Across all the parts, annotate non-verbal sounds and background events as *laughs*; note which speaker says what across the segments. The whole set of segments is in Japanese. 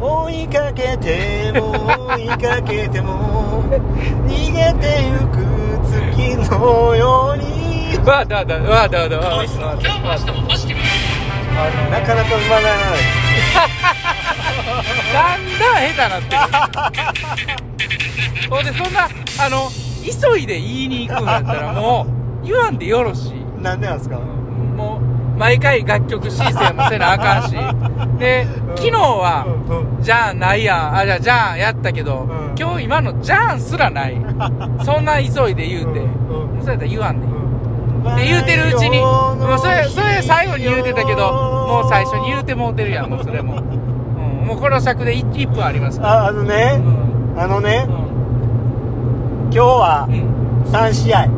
Speaker 1: 追いかけても追いかけても逃げてゆく月のように
Speaker 2: わあだわだわあだわだわあわあだ
Speaker 3: 今日も明日もポジティブ
Speaker 1: なかなか埋まらない
Speaker 2: だんだん下手なってるほんでそんなあの急いで言いに行くんやったらもう言わんでよろしい
Speaker 1: なんでなんですか
Speaker 2: もう毎回楽曲申請もせなあかんしで昨日は、
Speaker 1: うん
Speaker 2: じゃあないやんあじゃあじゃあやったけど、
Speaker 1: うん
Speaker 2: 今日今のじゃあんすらないそんな急いで言うて、
Speaker 1: うん
Speaker 2: そうやったら言わんでい
Speaker 1: う
Speaker 2: い、
Speaker 1: ん
Speaker 2: って言うてるうちにもうそれそれ最後に言うてたけどもう最初に言うてもうてるやんもうそれも、うん、もうこの尺で 1, 分あります
Speaker 1: ああの
Speaker 2: う
Speaker 1: ね
Speaker 2: ん
Speaker 1: あの
Speaker 2: う
Speaker 1: ね
Speaker 2: ん
Speaker 1: 今日は
Speaker 2: うん
Speaker 1: 3試合
Speaker 2: う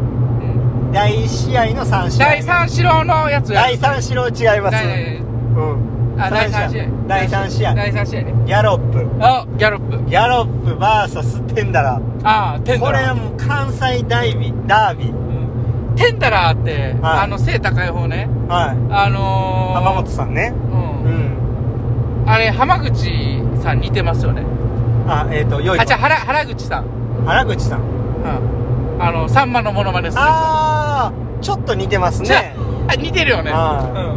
Speaker 2: ん
Speaker 1: 第1試合の3試合
Speaker 2: 第三四郎のやつや
Speaker 1: 第3試合違います
Speaker 2: 第第
Speaker 1: うん
Speaker 2: あ第三試合
Speaker 1: 第3試合
Speaker 2: 第三試合ね
Speaker 1: ギャロップ
Speaker 2: あギャロップ
Speaker 1: ギャロップ VS テンダラ
Speaker 2: ああテン
Speaker 1: こ
Speaker 2: ダ
Speaker 1: れは
Speaker 2: ラ
Speaker 1: もう関西ダイビダービー
Speaker 2: うんテンダラーって、
Speaker 1: はい
Speaker 2: あの背高い方ね
Speaker 1: はい
Speaker 2: あのー、
Speaker 1: 浜本さんねう
Speaker 2: うん
Speaker 1: ん
Speaker 2: あれ浜口さん似てますよね
Speaker 1: あえっ、とよい
Speaker 2: あじゃ原原口さん、
Speaker 1: 原口さん
Speaker 2: うん、あのさんまのモノマネする人
Speaker 1: ああちょっと似てます
Speaker 2: じゃ
Speaker 1: ね
Speaker 2: ああ似てるよね
Speaker 1: は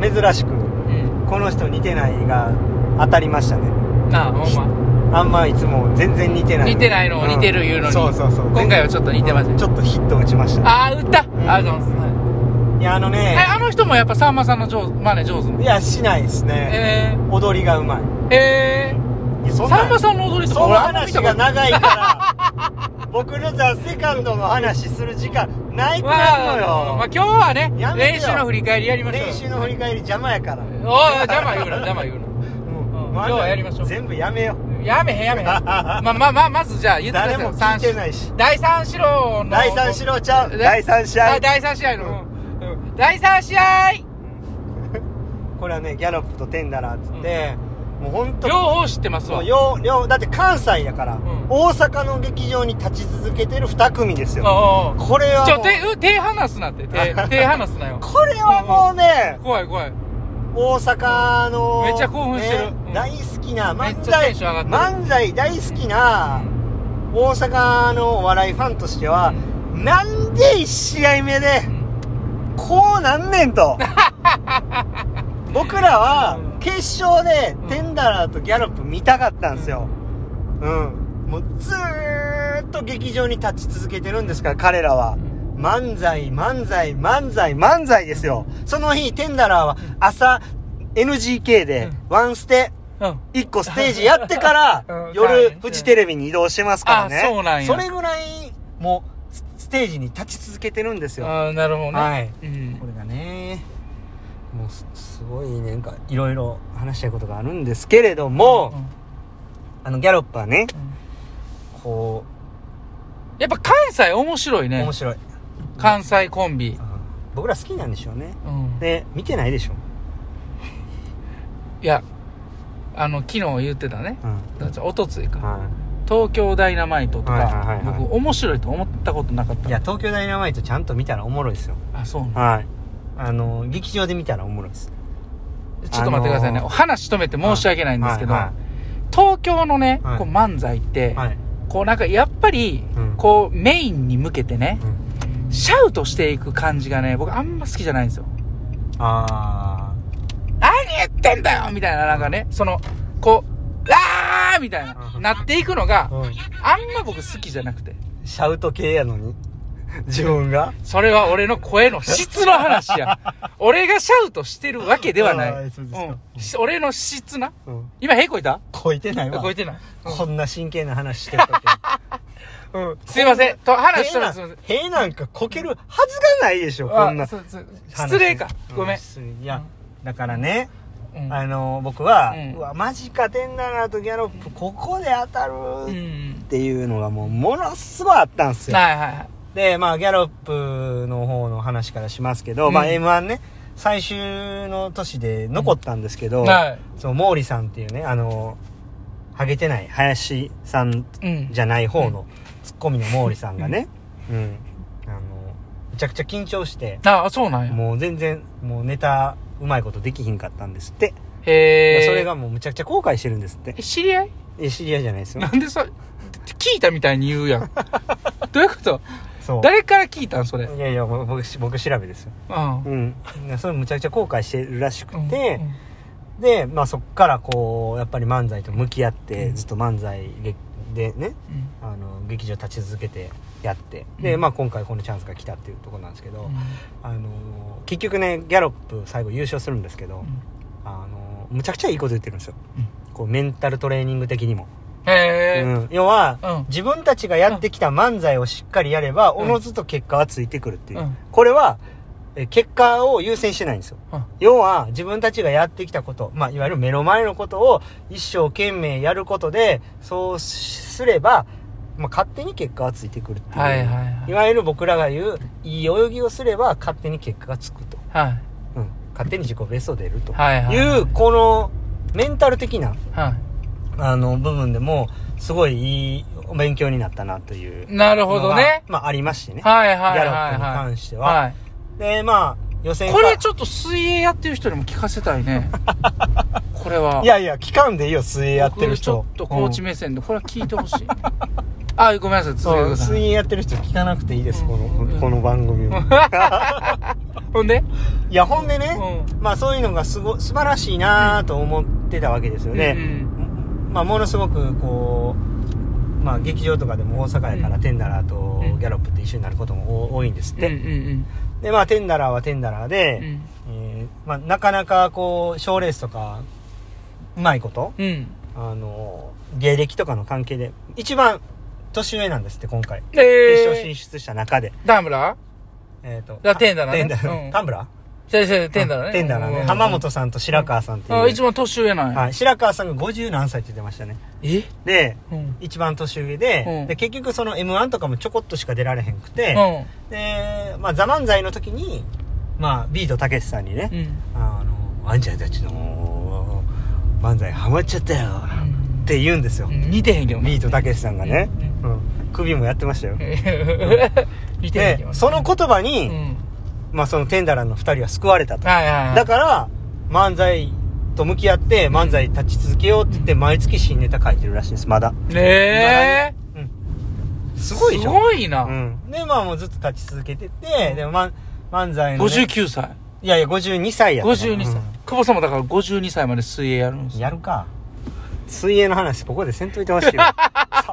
Speaker 1: 珍しく
Speaker 2: うん
Speaker 1: この人似てないが当たりましたね
Speaker 2: うんあほんま
Speaker 1: あんまいつも全然似てない
Speaker 2: 似てないのを似てる言うのに
Speaker 1: そうそうそう
Speaker 2: 今回はちょっと似てましたね
Speaker 1: うんちょっとヒット打ちました
Speaker 2: ああ打ったありがとうございます
Speaker 1: いやあの
Speaker 2: はい
Speaker 1: ね
Speaker 2: えあの人もやっぱさんまさんの上手マネ上手
Speaker 1: いやしないですね
Speaker 2: え
Speaker 1: 踊りがうまい
Speaker 2: ー、え
Speaker 1: いや
Speaker 2: ー、
Speaker 1: そんな
Speaker 2: さんまさんの踊りとか
Speaker 1: その
Speaker 2: 俺あんま
Speaker 1: 話
Speaker 2: 見たこ
Speaker 1: が
Speaker 2: とない
Speaker 1: 長いから僕のザ・セカンドの話する時間ないくなる
Speaker 2: まあまあ
Speaker 1: のよ
Speaker 2: 今日はね
Speaker 1: やめ
Speaker 2: 練
Speaker 1: てよ
Speaker 2: 習の振り返りやりましょう
Speaker 1: 練習の振り返り邪魔やから
Speaker 2: おい邪魔言うな邪魔言うな
Speaker 1: もう
Speaker 2: 今日はやりましょう
Speaker 1: 全部やめよう
Speaker 2: やめ
Speaker 1: *laughs*
Speaker 2: へんやめへんまあまあまあまずじゃあ言ってください
Speaker 1: 誰も聞いてないし
Speaker 2: 三第三四郎の
Speaker 1: 第3試合ちゃう
Speaker 2: え
Speaker 1: 第3試
Speaker 2: あ
Speaker 1: 合
Speaker 2: 第三試合の、うん第三試合
Speaker 1: これはねギャロップとテンダラーっつって、もう本当
Speaker 2: 両方知ってます
Speaker 1: も
Speaker 2: わ
Speaker 1: うようようだって関西やから、
Speaker 2: ん
Speaker 1: 大阪の劇場に立ち続けてる2組ですよ
Speaker 2: おうおう
Speaker 1: これは
Speaker 2: ち
Speaker 1: も
Speaker 2: ょ
Speaker 1: う
Speaker 2: 手う手離すなって手
Speaker 1: *laughs*
Speaker 2: 手離すなよ
Speaker 1: これはもうね
Speaker 2: 怖い怖い
Speaker 1: 大阪の
Speaker 2: めっちゃ興奮してるうん
Speaker 1: 大好きな
Speaker 2: め
Speaker 1: 漫
Speaker 2: っちゃテ
Speaker 1: 才
Speaker 2: ンション上がって
Speaker 1: 漫才大好きな大阪のお笑いファンとしては、なんで1試合目でこうなんねん
Speaker 2: *laughs*
Speaker 1: と僕らは
Speaker 2: うん
Speaker 1: 決勝で
Speaker 2: うん
Speaker 1: テンダラーとギャロップ見たかったんですようんもうずーっと劇場に立ち続けてるんですから彼らは漫才漫才漫才漫才ですよその日テンダラーは朝 NGK でワンステ
Speaker 2: うん
Speaker 1: 一個ステージやってか
Speaker 2: *laughs* う
Speaker 1: ら
Speaker 2: ん
Speaker 1: 夜フジテレビに移動してますからね
Speaker 2: あそうなんや
Speaker 1: それぐらいもうスステージに立ち続けてるんですよ
Speaker 2: ああなるほどね、
Speaker 1: はい
Speaker 2: うん
Speaker 1: これがねもうすすごいなんかいろいろ話したいことがあるんですけれども、
Speaker 2: うん
Speaker 1: あのギャロップはね
Speaker 2: うん
Speaker 1: こ
Speaker 2: やっぱ関西面白いうね
Speaker 1: 面白い、
Speaker 2: 関西コンビ
Speaker 1: う、ん僕ら好きなんでしょうね
Speaker 2: うん、
Speaker 1: で見てないでしょ、
Speaker 2: いやあの昨日言ってたね
Speaker 1: うん
Speaker 2: だからおとついか
Speaker 1: は
Speaker 2: 東京ダイナマイトとか、
Speaker 1: はいはいはいはい
Speaker 2: 僕面白いと思ったことなかった
Speaker 1: い、いや東京ダイナマイトちゃんと見たらおもろいですよ
Speaker 2: あそうなの
Speaker 1: はいあの劇場で見たらおもろいです
Speaker 2: ちょっと待ってくださいね、
Speaker 1: あのー
Speaker 2: 話止めて申し訳ないんですけど、
Speaker 1: はいは
Speaker 2: 東京のね、
Speaker 1: はい
Speaker 2: こう漫才って、
Speaker 1: いはい、
Speaker 2: こうなんかやっぱり、
Speaker 1: うん
Speaker 2: こうメインに向けてね
Speaker 1: う、ん、
Speaker 2: シャウトしていく感じがね僕あんま好きじゃないんですよ
Speaker 1: あ
Speaker 2: 何言ってんだよみたいななんかねそのこうあーみたいな、
Speaker 1: うん
Speaker 2: なっていくのが、
Speaker 1: あ、うん、
Speaker 2: あんま僕好きじゃなくて
Speaker 1: シャウト系やの
Speaker 2: *laughs*
Speaker 1: に自分が
Speaker 2: それは俺の声の質の
Speaker 1: *laughs*
Speaker 2: 話や俺がシャウトしてるわけではな
Speaker 1: あ
Speaker 2: い
Speaker 1: ーそうですか
Speaker 2: うんし俺の質な
Speaker 1: うん
Speaker 2: 今へこいた
Speaker 1: こいてないわ
Speaker 2: こいてない、うん
Speaker 1: こんな真剣な話してる時
Speaker 2: *laughs*
Speaker 1: うん
Speaker 2: すいませんと話し
Speaker 1: 塀
Speaker 2: と
Speaker 1: な
Speaker 2: る
Speaker 1: ん
Speaker 2: すいません
Speaker 1: 塀なんかこけるはずがないでしょこんな
Speaker 2: あそうそう
Speaker 1: 話
Speaker 2: 失礼かごめん
Speaker 1: う、失礼いやだからね、
Speaker 2: うん
Speaker 1: あの僕は、
Speaker 2: う
Speaker 1: うんわマジかテンダラーとギャロップここで当た
Speaker 2: う
Speaker 1: る
Speaker 2: ん
Speaker 1: っていうのがもうものすごいあったんですよ、
Speaker 2: はいはいはい
Speaker 1: でまあギャロップの方の話からしますけど、
Speaker 2: うん
Speaker 1: まあ m 1ね最終の年で残ったんですけど、
Speaker 2: はい
Speaker 1: その毛利さんっていうねあのハゲてない林さん
Speaker 2: うん
Speaker 1: じゃない方のツッコミの毛利さんがね、うん、あのめちゃくちゃ緊張して
Speaker 2: ああそうなんや
Speaker 1: もう全然もうネタうまいことできひんかったんですって
Speaker 2: へえ。
Speaker 1: それがもうむちゃくちゃ後悔してるんですって
Speaker 2: え。知り合い
Speaker 1: いや知り合いじゃないですよ
Speaker 2: な。んでそれ、聞いたみたいに言う
Speaker 1: *laughs*
Speaker 2: やん。どういうこと
Speaker 1: そう。
Speaker 2: *laughs* 誰から聞いたんそれ。うん。
Speaker 1: いやいや、もう僕、僕調べですよ。うん。それむちゃくちゃ後悔してるらしくて、で、まあそっからこう、やっぱり漫才と向き合って、
Speaker 2: うん
Speaker 1: ずっと漫才ででね、
Speaker 2: うん、
Speaker 1: あ
Speaker 2: うん
Speaker 1: の、劇場立ち続けてやって、
Speaker 2: うん
Speaker 1: で、まあ今回このチャンスが来たっていうところなんですけど、
Speaker 2: うん
Speaker 1: あの、結局ね、ギャロップ最後優勝するんですけど、あの、むちゃくちゃいいこと言ってるんですよ。こう、メンタルトレーニング的にも。
Speaker 2: へえ。
Speaker 1: うん、要は、
Speaker 2: うん
Speaker 1: 自分たちがやってきた漫才をしっかりやれば、
Speaker 2: うん
Speaker 1: おのずと結果はついてくるっていう。
Speaker 2: うん
Speaker 1: これは、え結果を優先してないんですよ。
Speaker 2: うん
Speaker 1: 要は、自分たちがやってきたこと、まあ、いわゆる目の前のことを一生懸命やることで、そうすれば、まあ、勝手に結果はついてくるっていう。
Speaker 2: はいはい
Speaker 1: い
Speaker 2: はい。
Speaker 1: わゆる僕らが言う、いい泳ぎをすれば、勝手に結果がつくと。
Speaker 2: はい。
Speaker 1: うん。勝手に自己ベスト出ると。
Speaker 2: はいはい。
Speaker 1: いう、この、メンタル的な、
Speaker 2: は
Speaker 1: あの、部分でも、すごいいいお勉強になったなという
Speaker 2: い。。なる
Speaker 1: な
Speaker 2: ほどね。
Speaker 1: まあ、ありましてね。
Speaker 2: はいはいは
Speaker 1: ギ
Speaker 2: い
Speaker 1: ャロ
Speaker 2: は
Speaker 1: ップ
Speaker 2: い。
Speaker 1: に関しては。
Speaker 2: はい。
Speaker 1: で、まあ、予選
Speaker 2: これ
Speaker 1: ょ
Speaker 2: ちょっと水泳やってる人にも聞かせた
Speaker 1: *laughs*
Speaker 2: いね。これは。
Speaker 1: いやいや、期間でいいよ、水泳やってる人。
Speaker 2: 僕ちょっとコーチ
Speaker 1: うん
Speaker 2: 目線で、これは聞いて
Speaker 1: *laughs*
Speaker 2: ほしい。あ、ごめんなさい、続けて
Speaker 1: そ
Speaker 2: く
Speaker 1: う、
Speaker 2: ださ
Speaker 1: 水
Speaker 2: い。
Speaker 1: 泳やってる人聞かなくていいです、こ
Speaker 2: うん
Speaker 1: の、この番組を。
Speaker 2: ほんで
Speaker 1: いや、ほんでね、
Speaker 2: う
Speaker 1: まあそういうのがすご、素晴らしいなぁと思ってたわけですよ
Speaker 2: ん。
Speaker 1: ね。まあものすごく、こう、まあ劇場とかでも大阪やから、
Speaker 2: うん
Speaker 1: テンダラーと
Speaker 2: うん
Speaker 1: ギャロップって一緒になることも多多いんですっ
Speaker 2: うんうんう
Speaker 1: て。
Speaker 2: ん
Speaker 1: で、まあテンダラーはテンダラーで、
Speaker 2: うん。
Speaker 1: えーまあ、なかなかこう賞レースとかうまいこと
Speaker 2: うん。うん。
Speaker 1: あの芸歴とかの関係で一番年上なんですって今回
Speaker 2: え
Speaker 1: 決勝進
Speaker 2: ー、
Speaker 1: 出した中で、
Speaker 2: ダムラ
Speaker 1: えーと
Speaker 2: だテンダラーね
Speaker 1: テンダラー
Speaker 2: うん
Speaker 1: タンブラ
Speaker 2: 先生、テンダ
Speaker 1: ー
Speaker 2: ラね。
Speaker 1: テンダラーね、
Speaker 2: うん
Speaker 1: 浜本さんと白川さんっていう、
Speaker 2: あ、一番年上なんや。
Speaker 1: はい、白川さんが50何歳って言ってましたね
Speaker 2: え
Speaker 1: で
Speaker 2: うん。うん。
Speaker 1: 一番年上で,、
Speaker 2: うん
Speaker 1: で結局その m 1とかもちょこっとしか出られへんくて、で、まあ、ザ・漫才の時に、まあ、ビートたけしさんにね、
Speaker 2: うん。
Speaker 1: あの、あんちゃんたちの漫才ハマっちゃったよって言うんですよ
Speaker 2: う。ん似てへんけどな
Speaker 1: ビートたけしさんがね。うん。首もやってましたよ。
Speaker 2: *laughs* 似てへ
Speaker 1: で
Speaker 2: んけど、な。
Speaker 1: その言葉に、
Speaker 2: うん。
Speaker 1: まあそのテンダラーの二人は救われたと。
Speaker 2: はいはいはい。
Speaker 1: だから、漫才と向き合って漫才立ち続けようって言って、毎月新ネタ書いてるらしいです、まだ。
Speaker 2: ねえ。
Speaker 1: すごいじ
Speaker 2: す
Speaker 1: ゃん。
Speaker 2: ごいな。
Speaker 1: うん。で、まあもうずっと立ち続けてて
Speaker 2: う、ん
Speaker 1: でも、ま、漫才のね、
Speaker 2: 59歳。
Speaker 1: いやいや、52歳やったな
Speaker 2: 52歳
Speaker 1: うん。
Speaker 2: 久保さんもだから52歳まで水泳やるんですよ。
Speaker 1: やるか。水泳の話、ここでせんといてほしいよ。
Speaker 2: *laughs*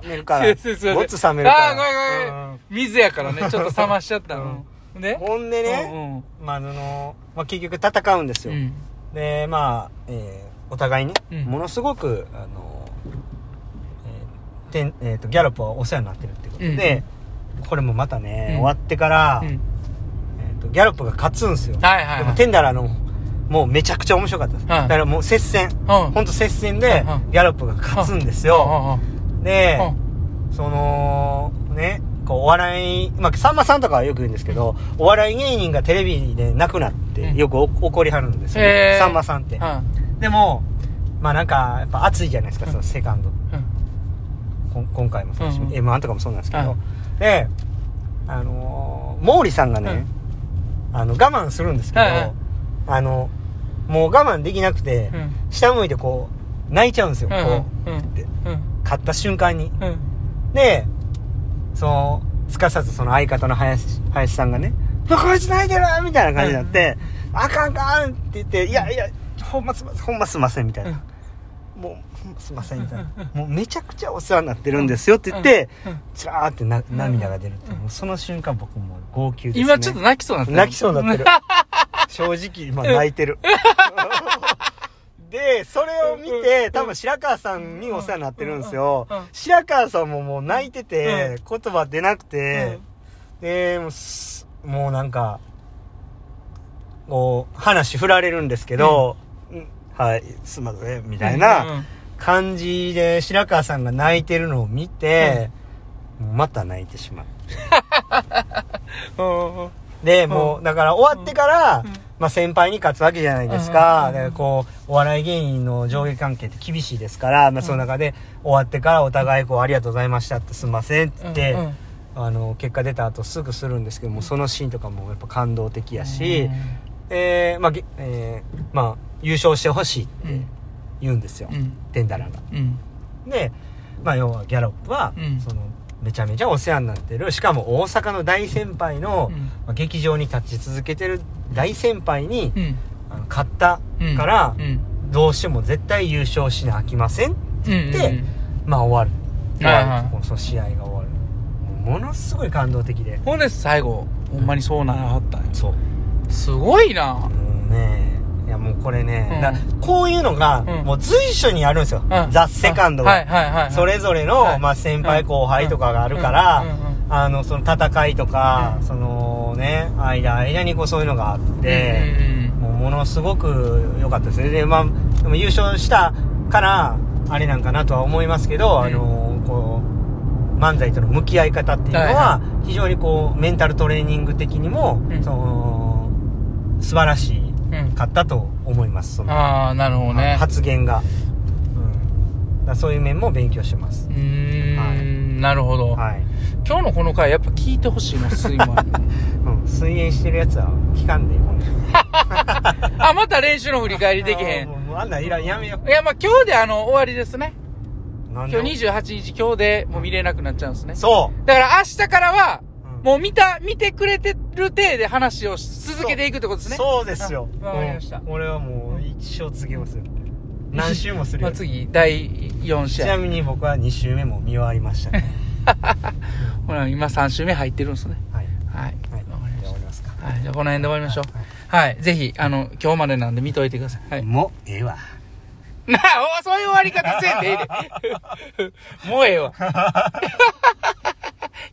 Speaker 1: 冷めるから。
Speaker 2: すいませんすいません
Speaker 1: ごっつ冷めるから。
Speaker 2: あーごめんごめん
Speaker 1: うん
Speaker 2: 水やからね、ちょっと冷ましちゃったの。で
Speaker 1: ほんでね、まあ、あの、まあ、結局戦うんです
Speaker 2: うん
Speaker 1: よ。
Speaker 2: うん。
Speaker 1: で、まあ、えーお互いね、
Speaker 2: うん
Speaker 1: ものすごく、あの、えーてんえーと、ギャロップはお世話になってるってことで、これもまたね、
Speaker 2: うん
Speaker 1: 終わってから、
Speaker 2: う
Speaker 1: え
Speaker 2: ん。
Speaker 1: ーと、ギャロップが勝つんですよ。
Speaker 2: はいはい
Speaker 1: で
Speaker 2: は
Speaker 1: も、
Speaker 2: い。
Speaker 1: テンダラーの、もうめちゃくちゃ面白かったです。
Speaker 2: はい
Speaker 1: だからもう接戦。
Speaker 2: うん。
Speaker 1: ほんと接戦で
Speaker 2: うんうん、
Speaker 1: ギャロップが勝つんですよ。で、その、ね、こう、お笑い、まあ、さんまさんとかはよく言うんですけど、お笑い芸人がテレビで亡くなっ
Speaker 2: うん
Speaker 1: て、よくお怒りはるんですよ、
Speaker 2: へー
Speaker 1: さんまさんって。でも、まあなんか、やっぱ熱いじゃないですか、
Speaker 2: うん
Speaker 1: そのセカンド。こん今回もそうだし、
Speaker 2: うんうん
Speaker 1: M1 とかもそうなんですけど。
Speaker 2: うん
Speaker 1: で、あのー毛利さんがね、あの、我慢するんですけど、
Speaker 2: はいはい
Speaker 1: あの、もう我慢できなくて、下向いてこう、泣いちゃうんですよ、こてう、勝った瞬間に。で、その、すかさずその相方の林、林さんがね、うわこいつ泣いてるみたいな感じになって、あかんあかんって言って、いやいや、ほんますんません、ほんますんません、みたいな。もう、ほんますんません、みたい
Speaker 2: *laughs*
Speaker 1: な。もうめちゃくちゃお世話になってるんですよって言って、つらーってな涙が出るっていう、もうその瞬間僕もう号泣です、ね。
Speaker 2: 今ちょっと泣きそうになって
Speaker 1: 泣きそうにな
Speaker 2: *laughs*
Speaker 1: ってる。正直、今泣いてる。で、それを見て、多分白川さんにお世話になってるんですよ
Speaker 2: うんうんうん。
Speaker 1: 白川さんももう泣いてて、言葉出なくて、で、もうす、もうなんか、こう、話振られるんですけど、うんはい、すんません、みたいな感じで白川さんが泣いてるのを見て、もうまた泣いてしまう。で、もう、だから終わってから、まあ、先輩に勝つわけじゃないですか。
Speaker 2: うんうんうん
Speaker 1: で、こう、お笑い芸人の上下関係って厳しいですから、まあ、その中で、終わってからお互い、こう、ありがとうございましたって、すんませんって言って、あの、結果出た後すぐするんですけども、そのシーンとかもやっぱ感動的やし、えーまあ、げえーまあ、優勝してほしいって
Speaker 2: うん
Speaker 1: 言うんですよ、
Speaker 2: うん
Speaker 1: テンダラが。
Speaker 2: うん
Speaker 1: で、まあ、要はギャロップは、
Speaker 2: うん
Speaker 1: そのめちゃめちゃお世話になってるしかも大阪の大先輩の、
Speaker 2: うん
Speaker 1: まあ劇場に立ち続けてる大先輩に、
Speaker 2: うん
Speaker 1: あの買った
Speaker 2: うん
Speaker 1: から、
Speaker 2: うん
Speaker 1: どうしても絶対優勝しなあきません
Speaker 2: うん
Speaker 1: で
Speaker 2: うん
Speaker 1: まあ終わる終
Speaker 2: はいはい
Speaker 1: わるもうその試合が終わるものすごい感動的で
Speaker 2: ほんで最後ほんまにそうならはったんや
Speaker 1: そう
Speaker 2: すごいな
Speaker 1: もうねいやもうこれね、
Speaker 2: うん
Speaker 1: だこういうのが、
Speaker 2: うん
Speaker 1: もう随所にあるんですよ、
Speaker 2: うん
Speaker 1: ザ・セカンドが、
Speaker 2: はいはいはいはい
Speaker 1: それぞれの、
Speaker 2: はい
Speaker 1: まあ、先輩後輩とかがあるから、
Speaker 2: うんうんうん
Speaker 1: あのその戦いとか、
Speaker 2: うん
Speaker 1: そのね間間にこうそういうのがあって、
Speaker 2: うん
Speaker 1: もうものすごく良かったですねで,、まあ、でも優勝したからあれなんかなとは思いますけど、
Speaker 2: うん
Speaker 1: あのこう漫才との向き合い方っていうの
Speaker 2: は
Speaker 1: は非常にこうメンタルトレーニング的にも、
Speaker 2: うん
Speaker 1: その素晴らしい
Speaker 2: うんうん
Speaker 1: かったと思いますその
Speaker 2: ああなるほどね
Speaker 1: 発言が、うん、だからそういう面も勉強してます
Speaker 2: う、ーん、なるほど、
Speaker 1: はい
Speaker 2: 今日のこの回やっぱ聞いてほしいな睡魔
Speaker 1: *laughs* うん、水泳してるやつは聞かんでいいもんね
Speaker 2: あまた練習の振り返りできへ
Speaker 1: あー
Speaker 2: ん
Speaker 1: もうもうあんなんいらんやめよ
Speaker 2: いやまあ今日であの終わりですね
Speaker 1: うなんで
Speaker 2: 今日28日今日でもう見れなくなっちゃうんですね
Speaker 1: そ
Speaker 2: だから明日からは
Speaker 1: う、うん
Speaker 2: もう見た見てくれてる体で話をし続けていくってことですね
Speaker 1: そうですよ
Speaker 2: *laughs* あわかりました
Speaker 1: うん俺はもう一生次ますよ何周もする
Speaker 2: ま
Speaker 1: よ
Speaker 2: あ、次第4
Speaker 1: ち
Speaker 2: 試
Speaker 1: な
Speaker 2: 合
Speaker 1: みに僕は2周目も見終わりました
Speaker 2: *laughs*
Speaker 1: ね
Speaker 2: ほら今3周目入ってるんですね
Speaker 1: はい
Speaker 2: はい
Speaker 1: はい
Speaker 2: わかりま
Speaker 1: じゃあ終わりますか
Speaker 2: したはいじゃあこの辺で終わりましょう
Speaker 1: はい
Speaker 2: はい、ぜひあの今日までなんで見といてください、 *laughs* はい、
Speaker 1: もうええわ
Speaker 2: なあ、おそういう終わり方せんでええ *laughs*
Speaker 1: *laughs*
Speaker 2: で。もうええわ。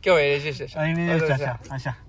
Speaker 2: 今日は LG でした。
Speaker 1: ありがとうございました。ありがとうございました